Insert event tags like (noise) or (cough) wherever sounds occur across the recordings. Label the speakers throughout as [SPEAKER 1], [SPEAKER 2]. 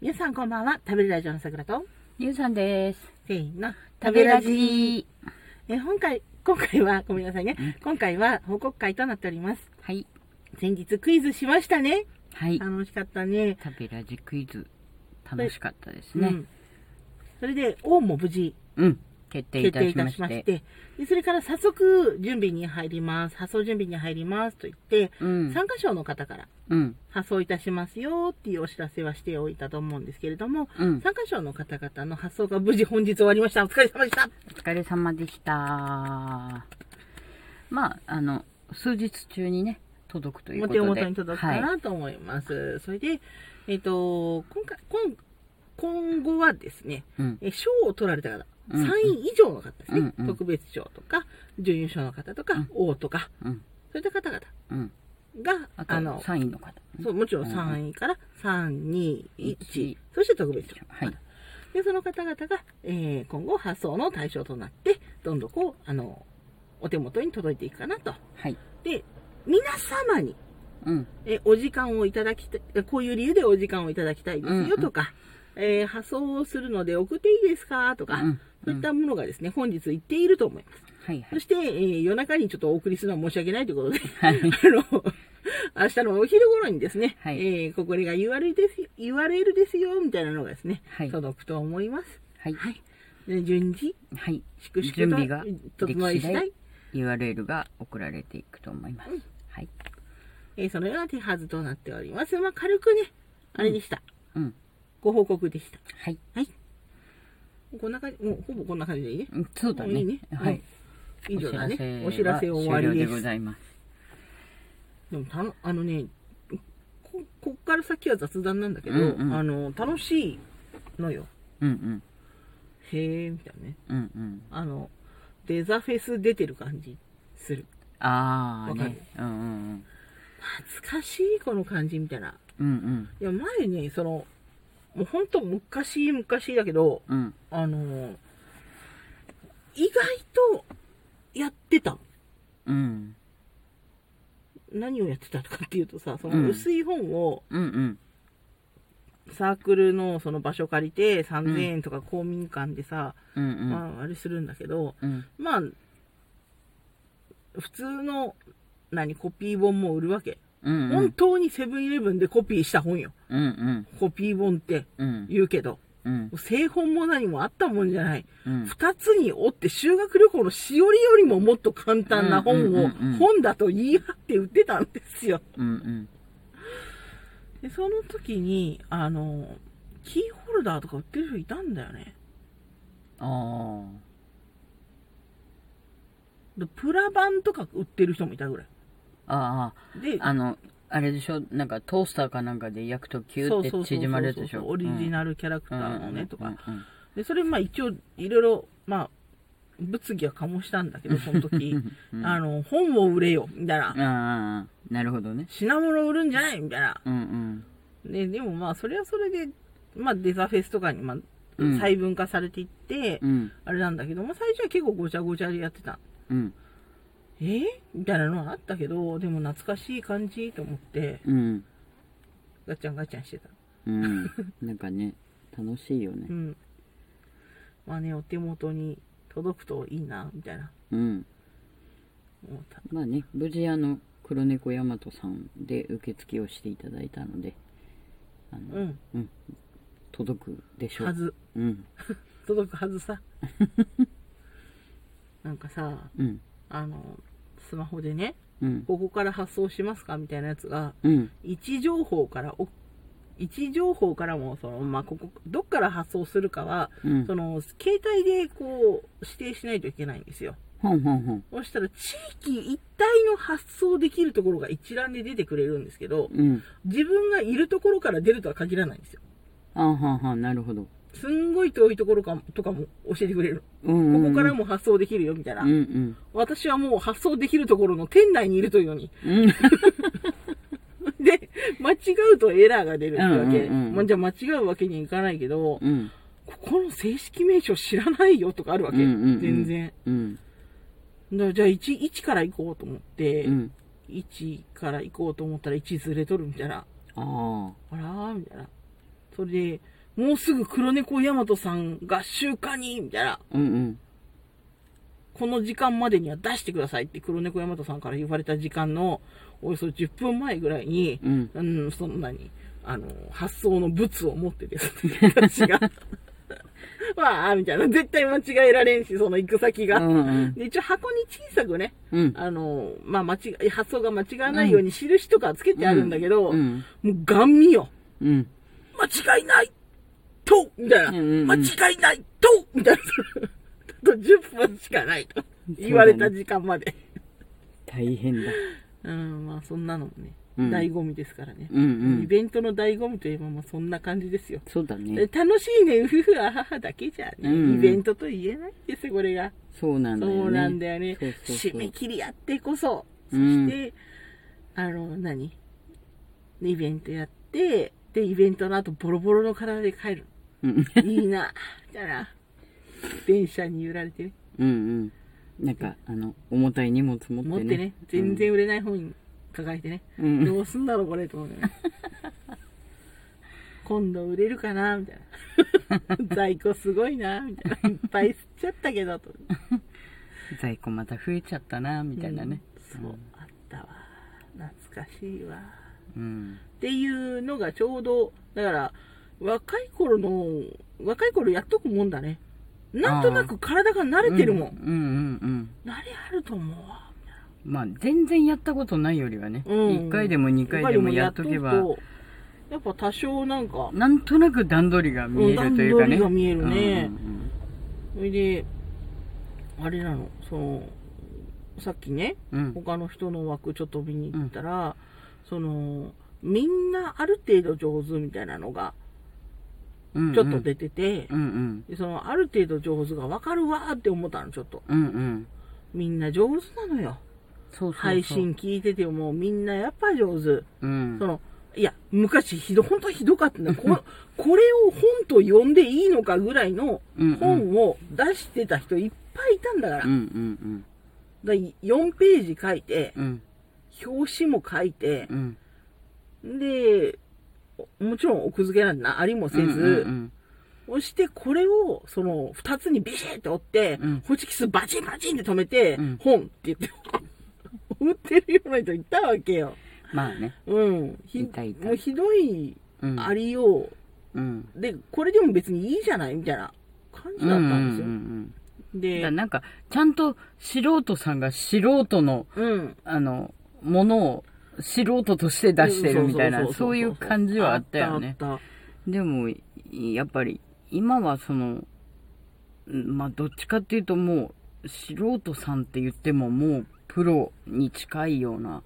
[SPEAKER 1] 皆さんこんばんは。食べるラジオの桜と、
[SPEAKER 2] ゆうさんです。
[SPEAKER 1] せーの、食
[SPEAKER 2] 食べ
[SPEAKER 1] べ
[SPEAKER 2] ラ
[SPEAKER 1] ラ
[SPEAKER 2] ジ
[SPEAKER 1] ジ
[SPEAKER 2] ー。
[SPEAKER 1] え、今回、今回は、ごめんなさいね。今回は報告会となっております。
[SPEAKER 2] はい。
[SPEAKER 1] 先日クイズしましたね。
[SPEAKER 2] はい。
[SPEAKER 1] 楽しかったね。
[SPEAKER 2] 食べラジクイズ、楽しかったですね
[SPEAKER 1] う。んそれで、王も無事
[SPEAKER 2] うん。決定い
[SPEAKER 1] 決
[SPEAKER 2] た
[SPEAKER 1] 定い
[SPEAKER 2] したま
[SPEAKER 1] しまし、。
[SPEAKER 2] して
[SPEAKER 1] でそれから早速、準備に入ります。発送準備に入りますと言って、
[SPEAKER 2] うん。
[SPEAKER 1] 参加賞の方から
[SPEAKER 2] うん。
[SPEAKER 1] 発送いたしますよっていうお知らせはしておいたと思うんですけれども、
[SPEAKER 2] うん。
[SPEAKER 1] 参加賞の方々の発送が無事本日終わりました。お疲れ様でした。
[SPEAKER 2] お疲れ様でした。まあ、あの、数日中にね、届くという
[SPEAKER 1] お
[SPEAKER 2] ことで。
[SPEAKER 1] 手元に届くか
[SPEAKER 2] はい。
[SPEAKER 1] なと思います。それで、えっ、と、今回、今、今後はですね、
[SPEAKER 2] うん。
[SPEAKER 1] え賞を取られた方、
[SPEAKER 2] うん
[SPEAKER 1] 3位以上の方ですね、
[SPEAKER 2] うんうん
[SPEAKER 1] 特別賞とか、準優勝の方とか、
[SPEAKER 2] うん
[SPEAKER 1] 王とか、
[SPEAKER 2] うん。
[SPEAKER 1] そういった方々
[SPEAKER 2] うん。
[SPEAKER 1] が、あ
[SPEAKER 2] あと、
[SPEAKER 1] の、
[SPEAKER 2] 3位の方。
[SPEAKER 1] そう、もちろん
[SPEAKER 2] うん
[SPEAKER 1] 3位から3、2、1
[SPEAKER 2] 一、
[SPEAKER 1] そして特別賞。
[SPEAKER 2] はい。
[SPEAKER 1] で、その方々が、えー今後発送の対象となって、どんどんこう、あの、お手元に届いていくかなと。
[SPEAKER 2] はい。
[SPEAKER 1] で、皆様に、
[SPEAKER 2] うん。
[SPEAKER 1] えお時間をいただきたい、えこういう理由でお時間をいただきたいで
[SPEAKER 2] うん
[SPEAKER 1] す
[SPEAKER 2] う
[SPEAKER 1] よ
[SPEAKER 2] ん
[SPEAKER 1] とか、えー発送をするので送っていいですかと
[SPEAKER 2] う
[SPEAKER 1] か、
[SPEAKER 2] ん。
[SPEAKER 1] そういったものがですね、本日言っていると思います。
[SPEAKER 2] はいは
[SPEAKER 1] そ
[SPEAKER 2] い。
[SPEAKER 1] して、えー夜中にちょっとお送りするのは申し訳ないということで、 (laughs) あの、明日のお昼頃にですね、
[SPEAKER 2] はい
[SPEAKER 1] えーここれが URL ですよ、URL ですよ、みたいなのがですね、
[SPEAKER 2] はい
[SPEAKER 1] 届くと思います。
[SPEAKER 2] はい。
[SPEAKER 1] はい。で順次、
[SPEAKER 2] はい。
[SPEAKER 1] 粛々と
[SPEAKER 2] 準備が
[SPEAKER 1] 整い次第
[SPEAKER 2] でき、URL が送られていくと思います。はい。
[SPEAKER 1] えーそのような手はずとなっております。まあ、軽くね、あれでした。
[SPEAKER 2] うん。
[SPEAKER 1] ご報告でした。
[SPEAKER 2] はい。
[SPEAKER 1] はい。こんな感じ、もうほぼこんな感じでいいね。
[SPEAKER 2] うんそうだね。
[SPEAKER 1] いいね
[SPEAKER 2] はい。
[SPEAKER 1] 以上だね。お
[SPEAKER 2] お
[SPEAKER 1] 知
[SPEAKER 2] 知
[SPEAKER 1] ら
[SPEAKER 2] ら
[SPEAKER 1] せ
[SPEAKER 2] せは
[SPEAKER 1] 終わり
[SPEAKER 2] 終
[SPEAKER 1] で。
[SPEAKER 2] 了ですご
[SPEAKER 1] で
[SPEAKER 2] ざいます。
[SPEAKER 1] もたの、あのね、こ、こっから先は雑談なんだけど、
[SPEAKER 2] うんうん
[SPEAKER 1] あの、楽しいのよ。
[SPEAKER 2] うんうん。
[SPEAKER 1] へえ、みたいなね。
[SPEAKER 2] うんうん。
[SPEAKER 1] あの、デザフェス出てる感じする。
[SPEAKER 2] ああ、
[SPEAKER 1] わかる
[SPEAKER 2] ね。うんうん
[SPEAKER 1] 懐かしい、この感じ、みたいな。
[SPEAKER 2] うん。うん
[SPEAKER 1] いや、前ね、その、もうほんと昔昔だけど、
[SPEAKER 2] うん。うん。
[SPEAKER 1] あの、意外とやってた。
[SPEAKER 2] うん。
[SPEAKER 1] 何をやってたとかっていうとさ、そうの
[SPEAKER 2] ん
[SPEAKER 1] 薄い本を、
[SPEAKER 2] うんうん。
[SPEAKER 1] サークルのその場所借りて3000円とか公民館でさ、
[SPEAKER 2] うんうん。
[SPEAKER 1] まあ、あれするんだけど、
[SPEAKER 2] うん
[SPEAKER 1] まあ、普通の、何、コピー本も売るわけ。
[SPEAKER 2] うんう
[SPEAKER 1] 本
[SPEAKER 2] ん。
[SPEAKER 1] 当にセブンイレブンでコピーした本よ。
[SPEAKER 2] うんうん。
[SPEAKER 1] コピー本って
[SPEAKER 2] うん
[SPEAKER 1] 言うけど、
[SPEAKER 2] うん。
[SPEAKER 1] 製本も何もあったもんじゃない。
[SPEAKER 2] うん。
[SPEAKER 1] 二つに折って修学旅行のしおりよりももっと簡単な
[SPEAKER 2] うん
[SPEAKER 1] 本
[SPEAKER 2] うんう
[SPEAKER 1] を
[SPEAKER 2] んうん
[SPEAKER 1] 本だと言い張って売ってたんですよ。
[SPEAKER 2] うん
[SPEAKER 1] で、その時に、あの、キーホルダーとか売ってる人いたんだよね。
[SPEAKER 2] うん。あ
[SPEAKER 1] でプラ版とか売ってる人もいたぐらい。
[SPEAKER 2] あ。あ
[SPEAKER 1] で
[SPEAKER 2] あ。、あの、あれでしょなんかトースターかなんかで焼くとキュ
[SPEAKER 1] そ
[SPEAKER 2] ー
[SPEAKER 1] うそう
[SPEAKER 2] って縮まるやつでし
[SPEAKER 1] そう
[SPEAKER 2] ょ
[SPEAKER 1] そうオリジ
[SPEAKER 2] ル
[SPEAKER 1] ナルキャラクターのね、とか。。
[SPEAKER 2] うん
[SPEAKER 1] で、それ、まあ一応、いろいろ、まあ、物議は醸したんだけど、その
[SPEAKER 2] (laughs)
[SPEAKER 1] 時、あの、本を売れよ、みたいな
[SPEAKER 2] うん。。ああ、なるほどね。
[SPEAKER 1] 品物を売るんじゃないみたいな。
[SPEAKER 2] うんうん。
[SPEAKER 1] で、でもまあ、それはそれで、まあ、デザフェスとかに、まあ
[SPEAKER 2] う、ん
[SPEAKER 1] 細分化されていって、
[SPEAKER 2] うん
[SPEAKER 1] あれなんだけど、まあ、最初は結構ごちゃごちゃでやってた。
[SPEAKER 2] うん
[SPEAKER 1] えーみたいなのはあったけど、でも懐かしい感じと思って、
[SPEAKER 2] うん。
[SPEAKER 1] ガチャンガチャンしてた。
[SPEAKER 2] うん。なんかね、楽しいよ
[SPEAKER 1] う
[SPEAKER 2] ね。
[SPEAKER 1] ん。まあね、お手元に届くといいな、みたいな
[SPEAKER 2] うん。
[SPEAKER 1] 思った。
[SPEAKER 2] まあね、無事あの、黒猫大和さんで受付をしていただいたので、あの、
[SPEAKER 1] うん。
[SPEAKER 2] 届くでしょう。
[SPEAKER 1] はず。
[SPEAKER 2] うん。
[SPEAKER 1] 届くはずさ。 (laughs) なんかさ、
[SPEAKER 2] うん。
[SPEAKER 1] あの、スマホでね、
[SPEAKER 2] うん。
[SPEAKER 1] ここから発送しますかみたいなやつが、
[SPEAKER 2] うん。
[SPEAKER 1] 位置情報からお、位置情報からも、その、まあ、ここ、どっから発送するかは、
[SPEAKER 2] うん。
[SPEAKER 1] その、携帯でこう、指定しないといけないんですよ。
[SPEAKER 2] ほんほんほん。
[SPEAKER 1] そしたら、地域一体の発送できるところが一覧で出てくれるんですけど、
[SPEAKER 2] うん。
[SPEAKER 1] 自分がいるところから出るとは限らないんですよ。
[SPEAKER 2] あーはんはん、なるほど。
[SPEAKER 1] すんごい遠いところかとかも教えてくれる。
[SPEAKER 2] うん、う
[SPEAKER 1] こ
[SPEAKER 2] ん。
[SPEAKER 1] こからも発送できるよ、みたいな
[SPEAKER 2] うん。うん。
[SPEAKER 1] 私はもう発送できるところの店内にいるというのに。 (laughs)
[SPEAKER 2] うん。
[SPEAKER 1] で、間違うとエラーが出るわけ。
[SPEAKER 2] うんうんうん
[SPEAKER 1] まあじゃあ間違うわけにいかないけど、
[SPEAKER 2] うん。
[SPEAKER 1] ここの正式名称知らないよとかあるわけ。
[SPEAKER 2] うんうんうん
[SPEAKER 1] 全然。
[SPEAKER 2] うん。
[SPEAKER 1] だからじゃあ1、1から行こうと思って、
[SPEAKER 2] うん。
[SPEAKER 1] 1から行こうと思ったら1ずれとるみたいな。
[SPEAKER 2] ああ。
[SPEAKER 1] あらーみたいな。それで、もうすぐ黒猫ヤマトさんが週刊に、みたいな、
[SPEAKER 2] うんうん。
[SPEAKER 1] この時間までには出してくださいって黒猫ヤマトさんから言われた時間の、およそ10分前ぐらいに、
[SPEAKER 2] うん
[SPEAKER 1] うん、そんなに、あの、発想の物を持ってですね、私が。 (laughs) わあ、みたいな。絶対間違えられんし、その行く先が。
[SPEAKER 2] うんうん
[SPEAKER 1] で一応箱に小さくね、
[SPEAKER 2] うん。
[SPEAKER 1] あの、まあ、間違え、発想が間違わないように印とかつけてあるんだけど、
[SPEAKER 2] うん
[SPEAKER 1] もうガン見よ。
[SPEAKER 2] うん。
[SPEAKER 1] 間違いないとみたいな。
[SPEAKER 2] うんうんうん
[SPEAKER 1] 間違いないとみたいな。 (laughs) あと10分しかないと。言われた時間まで。
[SPEAKER 2] 大変だ。
[SPEAKER 1] うん、まあそんなのもね、
[SPEAKER 2] うん
[SPEAKER 1] 醍醐味ですからね。
[SPEAKER 2] うんう
[SPEAKER 1] イ
[SPEAKER 2] ん。
[SPEAKER 1] ベントの醍醐味といえばまあそんな感じですよ。
[SPEAKER 2] そうだね。
[SPEAKER 1] 楽しいね、うふふ、あははだけじゃね、
[SPEAKER 2] うん
[SPEAKER 1] イベントと言えないんですよ、これが。
[SPEAKER 2] そうなんだよね。
[SPEAKER 1] そうなんだよね。
[SPEAKER 2] そうそうそう
[SPEAKER 1] 締め切りやってこそ。そ
[SPEAKER 2] うん
[SPEAKER 1] して、あの、何イベントやって、で、イベントの後、ボロボロの体で帰る。
[SPEAKER 2] うん
[SPEAKER 1] いいな、みたいな。電車に揺られてね。
[SPEAKER 2] うんうん。なんか、あの、重たい荷物持ってね。
[SPEAKER 1] 持ってね、全然売れない本に抱えてね。
[SPEAKER 2] うん。うん。
[SPEAKER 1] どうすんだろう、これ、と思うね。
[SPEAKER 2] (laughs)
[SPEAKER 1] 今度売れるかな、みたい
[SPEAKER 2] (laughs)
[SPEAKER 1] な。在庫すごいな、みたいな。いっぱい吸っちゃったけど、と。
[SPEAKER 2] 在庫また増えちゃったな、みたいなね。
[SPEAKER 1] うんそう、あったわ。懐かしいわ。
[SPEAKER 2] うん。
[SPEAKER 1] っていうのがちょうど、だから、若い頃の、若い頃やっとくもんだね。なんとなく体が慣れてるもん。
[SPEAKER 2] うんうんうん。
[SPEAKER 1] 慣れあると思うわ。
[SPEAKER 2] まあ、全然やったことないよりはね、一
[SPEAKER 1] うん
[SPEAKER 2] 回でも二回でもやっとけば、
[SPEAKER 1] やっとくとやっぱ多少なんか、
[SPEAKER 2] なんとなく段取りが見えるというかね。
[SPEAKER 1] うん段取りが見えるね
[SPEAKER 2] うん
[SPEAKER 1] それで、あれなの、その、さっきね、
[SPEAKER 2] うんうん。
[SPEAKER 1] 他の人の枠ちょっと見に行ったら、その、みんなある程度上手みたいなのが、
[SPEAKER 2] うんうん
[SPEAKER 1] ちょっと出てて、
[SPEAKER 2] うんうん。
[SPEAKER 1] でそのある程度上手がわかるわーって思ったのちょっと
[SPEAKER 2] うんうん。
[SPEAKER 1] みんな上手なのよ
[SPEAKER 2] そうそうそう。
[SPEAKER 1] 配信。聞いててもみんなやっぱ上手、
[SPEAKER 2] うん
[SPEAKER 1] そ。のいや昔ひど本当ひどかったんだここれを本と呼んでいいのかぐらいの
[SPEAKER 2] うんうん
[SPEAKER 1] 本を出してた人いっぱいいたんだから,、
[SPEAKER 2] うんうん
[SPEAKER 1] だ4ページ書いて
[SPEAKER 2] うん。うん
[SPEAKER 1] 表紙も書いて
[SPEAKER 2] うん。
[SPEAKER 1] でもちろん奥付けなんてなありもせず、
[SPEAKER 2] うん
[SPEAKER 1] 押して、これを、その、二つにビシッと折って、
[SPEAKER 2] うん
[SPEAKER 1] ホチキスバチンバチンって止めて、
[SPEAKER 2] うん
[SPEAKER 1] 本って言って、 (laughs) 売ってるような人いたわけよ。
[SPEAKER 2] まあね。
[SPEAKER 1] うん。ひ
[SPEAKER 2] いたいた
[SPEAKER 1] もうひどい
[SPEAKER 2] うん
[SPEAKER 1] ありよ
[SPEAKER 2] うん。
[SPEAKER 1] う。で、これでも別にいいじゃないみたいな感じだったんですよ。
[SPEAKER 2] うんうんうん、だから
[SPEAKER 1] で、
[SPEAKER 2] なんか、ちゃんと素人さんが素人の、
[SPEAKER 1] うん。
[SPEAKER 2] あの、ものを素人として出してるみたいな、そういう感じはあったよね。
[SPEAKER 1] あったあっ
[SPEAKER 2] でも、やっぱり、今はその、まあ、どっちかっていうともう、素人さんって言ってももう、プロに近いような、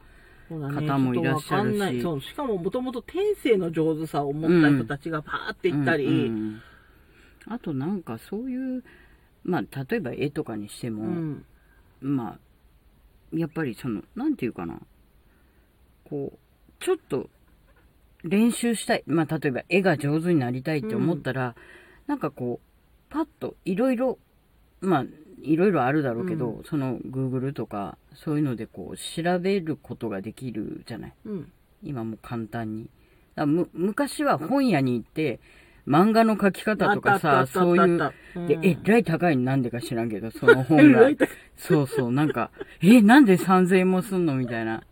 [SPEAKER 1] たそうだね
[SPEAKER 2] 方もいらっしゃる
[SPEAKER 1] ちょとわか
[SPEAKER 2] し
[SPEAKER 1] んないそうしかももともと天性の上手さを持った人たちがパーっていったり、
[SPEAKER 2] うんうんあとなんかそういう、まあ、例えば絵とかにしても、
[SPEAKER 1] うん
[SPEAKER 2] まあ、やっぱりその、なんていうかな、こう、ちょっと練習したい。まあ、例えば絵が上手になりたいって思ったら、なんかこう、パッといろいろ、まあ、いろいろあるだろうけど、その Google とか、そういうのでこう、調べることができるじゃない。
[SPEAKER 1] うん
[SPEAKER 2] 今もう簡単に。だからむ昔は本屋に行って、漫画の描き方とか
[SPEAKER 1] あ
[SPEAKER 2] さ、
[SPEAKER 1] ったあったあった
[SPEAKER 2] そうい
[SPEAKER 1] あっ
[SPEAKER 2] う、
[SPEAKER 1] たうん
[SPEAKER 2] で、えらい高いのなんでか知らんけど、その本
[SPEAKER 1] え (laughs)
[SPEAKER 2] が
[SPEAKER 1] らい高い。
[SPEAKER 2] そうそう、なんか、え、なんで3000円もすんのみたいな。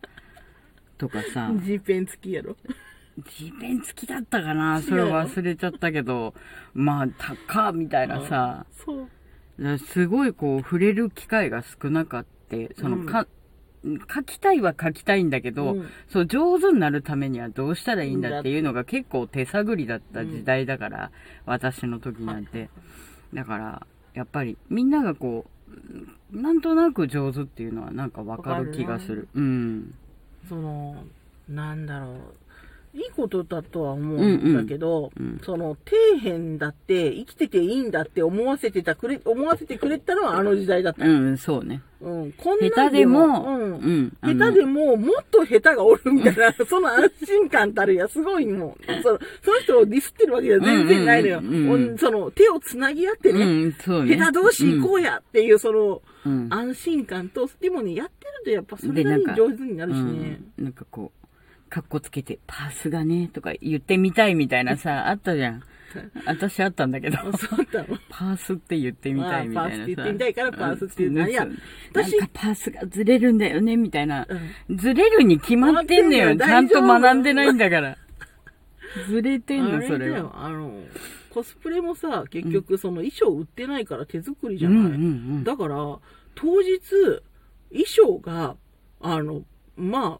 [SPEAKER 2] とかさ、
[SPEAKER 1] G ペン付きやろ (laughs)
[SPEAKER 2] 地面付きだったかな
[SPEAKER 1] 違う
[SPEAKER 2] それ忘れちゃったけど、まあ、高っみたいなさ、
[SPEAKER 1] そう
[SPEAKER 2] だからすごいこう、触れる機会が少なかって、その、か、書きたいは書きたいんだけど、
[SPEAKER 1] うん
[SPEAKER 2] そう、上手になるためにはどうしたらいいんだっていうのが結構手探りだった時代だから、私の時なんて。だから、やっぱりみんながこう、なんとなく上手っていうのはなんかわかる気がする。うん。
[SPEAKER 1] そのなんだろういいことだとは思うんだけど、
[SPEAKER 2] うんうんうん
[SPEAKER 1] その底辺だって生きてていいんだって思わせてたくれ思わせてくれたのはあの時代だった、
[SPEAKER 2] うん、そうね。
[SPEAKER 1] うん、こんな
[SPEAKER 2] 下手
[SPEAKER 1] ん
[SPEAKER 2] でも、
[SPEAKER 1] う
[SPEAKER 2] うんん。あ
[SPEAKER 1] 下
[SPEAKER 2] の
[SPEAKER 1] 手でも、もっと下手がおるみたいな、その安心感たるや、すごいもう、そのその人をディスってるわけじゃ全然ないのよ。
[SPEAKER 2] うんうんうんうん
[SPEAKER 1] おんその手をつなぎ合って
[SPEAKER 2] う
[SPEAKER 1] ね、
[SPEAKER 2] ん、そうね。
[SPEAKER 1] 下手同士行こうやっていう、その、
[SPEAKER 2] うん。うん
[SPEAKER 1] 安心感と、でもね、やってるとやっぱそれ
[SPEAKER 2] で
[SPEAKER 1] なり
[SPEAKER 2] なん
[SPEAKER 1] に
[SPEAKER 2] か
[SPEAKER 1] 上手になるしね。
[SPEAKER 2] うんなんかこう、かっこつけて、パースがね、とか言ってみたいみたいなさ、あったじゃん。私あったんだけど、
[SPEAKER 1] あ (laughs) そうだろ
[SPEAKER 2] パースって言ってみたいみたいなさ。
[SPEAKER 1] あーパースって言ってみたいからパースって言う
[SPEAKER 2] うんん
[SPEAKER 1] だいや
[SPEAKER 2] なん
[SPEAKER 1] 私
[SPEAKER 2] かパースがずれるんだよね、みたいな。
[SPEAKER 1] う
[SPEAKER 2] ずれるに決まってんのよ。
[SPEAKER 1] 決
[SPEAKER 2] ち
[SPEAKER 1] まって
[SPEAKER 2] ゃ
[SPEAKER 1] ん
[SPEAKER 2] ん
[SPEAKER 1] のよ
[SPEAKER 2] と学んでないんだから。ずれてん
[SPEAKER 1] あ
[SPEAKER 2] の、
[SPEAKER 1] れ
[SPEAKER 2] そ
[SPEAKER 1] だ
[SPEAKER 2] れは。
[SPEAKER 1] よ、あの、コスプレもさ、結局その衣装売ってないから手作りじ
[SPEAKER 2] う
[SPEAKER 1] ゃ
[SPEAKER 2] んう
[SPEAKER 1] ない。
[SPEAKER 2] ん
[SPEAKER 1] だから、当日、衣装が、あの、まあ、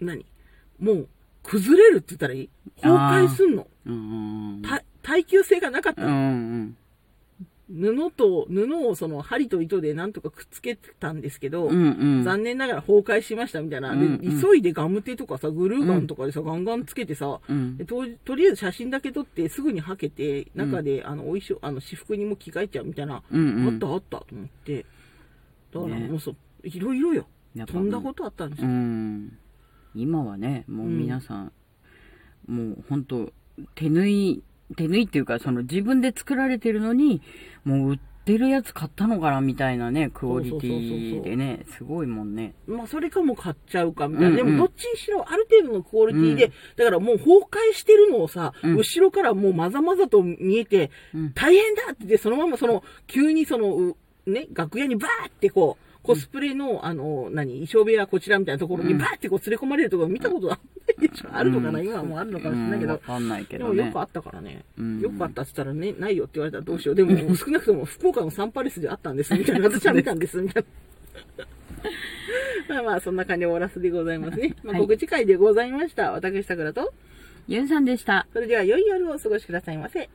[SPEAKER 1] 何もう、崩れるって言ったらいい崩壊すんの。
[SPEAKER 2] うん。うん
[SPEAKER 1] た耐久性がなかった
[SPEAKER 2] うんう
[SPEAKER 1] の。
[SPEAKER 2] ん。
[SPEAKER 1] 布と、布をその針と糸でなんとかくっつけてたんですけど、
[SPEAKER 2] うんうん。
[SPEAKER 1] 残念ながら崩壊しましたみたいな。で
[SPEAKER 2] うんうん
[SPEAKER 1] 急いでガムテとかさ、グルーガンとかでさ、ガンガンつけてさ、
[SPEAKER 2] うん
[SPEAKER 1] でととりあえず写真だけ撮ってすぐにはけて中で、あのお衣装あの私服にも着替えちゃうみたいな、
[SPEAKER 2] うんう
[SPEAKER 1] あ
[SPEAKER 2] ん
[SPEAKER 1] ったあったと思ってだから
[SPEAKER 2] ね
[SPEAKER 1] もうそう、いろいろよ
[SPEAKER 2] やっぱ
[SPEAKER 1] 飛んだことあったんです
[SPEAKER 2] う
[SPEAKER 1] よ、
[SPEAKER 2] ん。今はね、もう皆さん、もう本当手縫い、手縫いっていうか、その自分で作られてるのに、もう売ってるやつ買ったのかなみたいなね、クオリティでね、すごいもんね。
[SPEAKER 1] まあそれかも買っちゃうかみたいな、
[SPEAKER 2] うんうん
[SPEAKER 1] でもどっちにしろある程度のクオリティで、だからもう崩壊してるのをさ、
[SPEAKER 2] うん
[SPEAKER 1] 後ろからもうまざまざと見えて、
[SPEAKER 2] うん
[SPEAKER 1] 大変だって言ってそのままその急にそのうね楽屋にバーってこうコスプレの、あの、何、衣装部屋こちらみたいなところに
[SPEAKER 2] うん
[SPEAKER 1] バーってこう連れ込まれるところ見たことあんないでしょ、あるのかな、今はもうあるのかもしれないけ
[SPEAKER 2] うんわ
[SPEAKER 1] ど。
[SPEAKER 2] かんないけ
[SPEAKER 1] で
[SPEAKER 2] ど
[SPEAKER 1] も
[SPEAKER 2] ね。
[SPEAKER 1] よくあったからね。
[SPEAKER 2] うん
[SPEAKER 1] よくあったって言ったらね、ないよって言われたらどうしよう。でも、少なくとも福岡のサンパレスであったんです、みたい
[SPEAKER 2] (laughs)
[SPEAKER 1] な。私は見たんです、みたい (laughs) な。まあまあ、そんな感じで終わらせてございますね。まあ、
[SPEAKER 2] はい
[SPEAKER 1] 告知会でございました。私、さくらと。
[SPEAKER 2] ゆうさんでした。
[SPEAKER 1] それでは、良い夜をお過ごしくださいませ。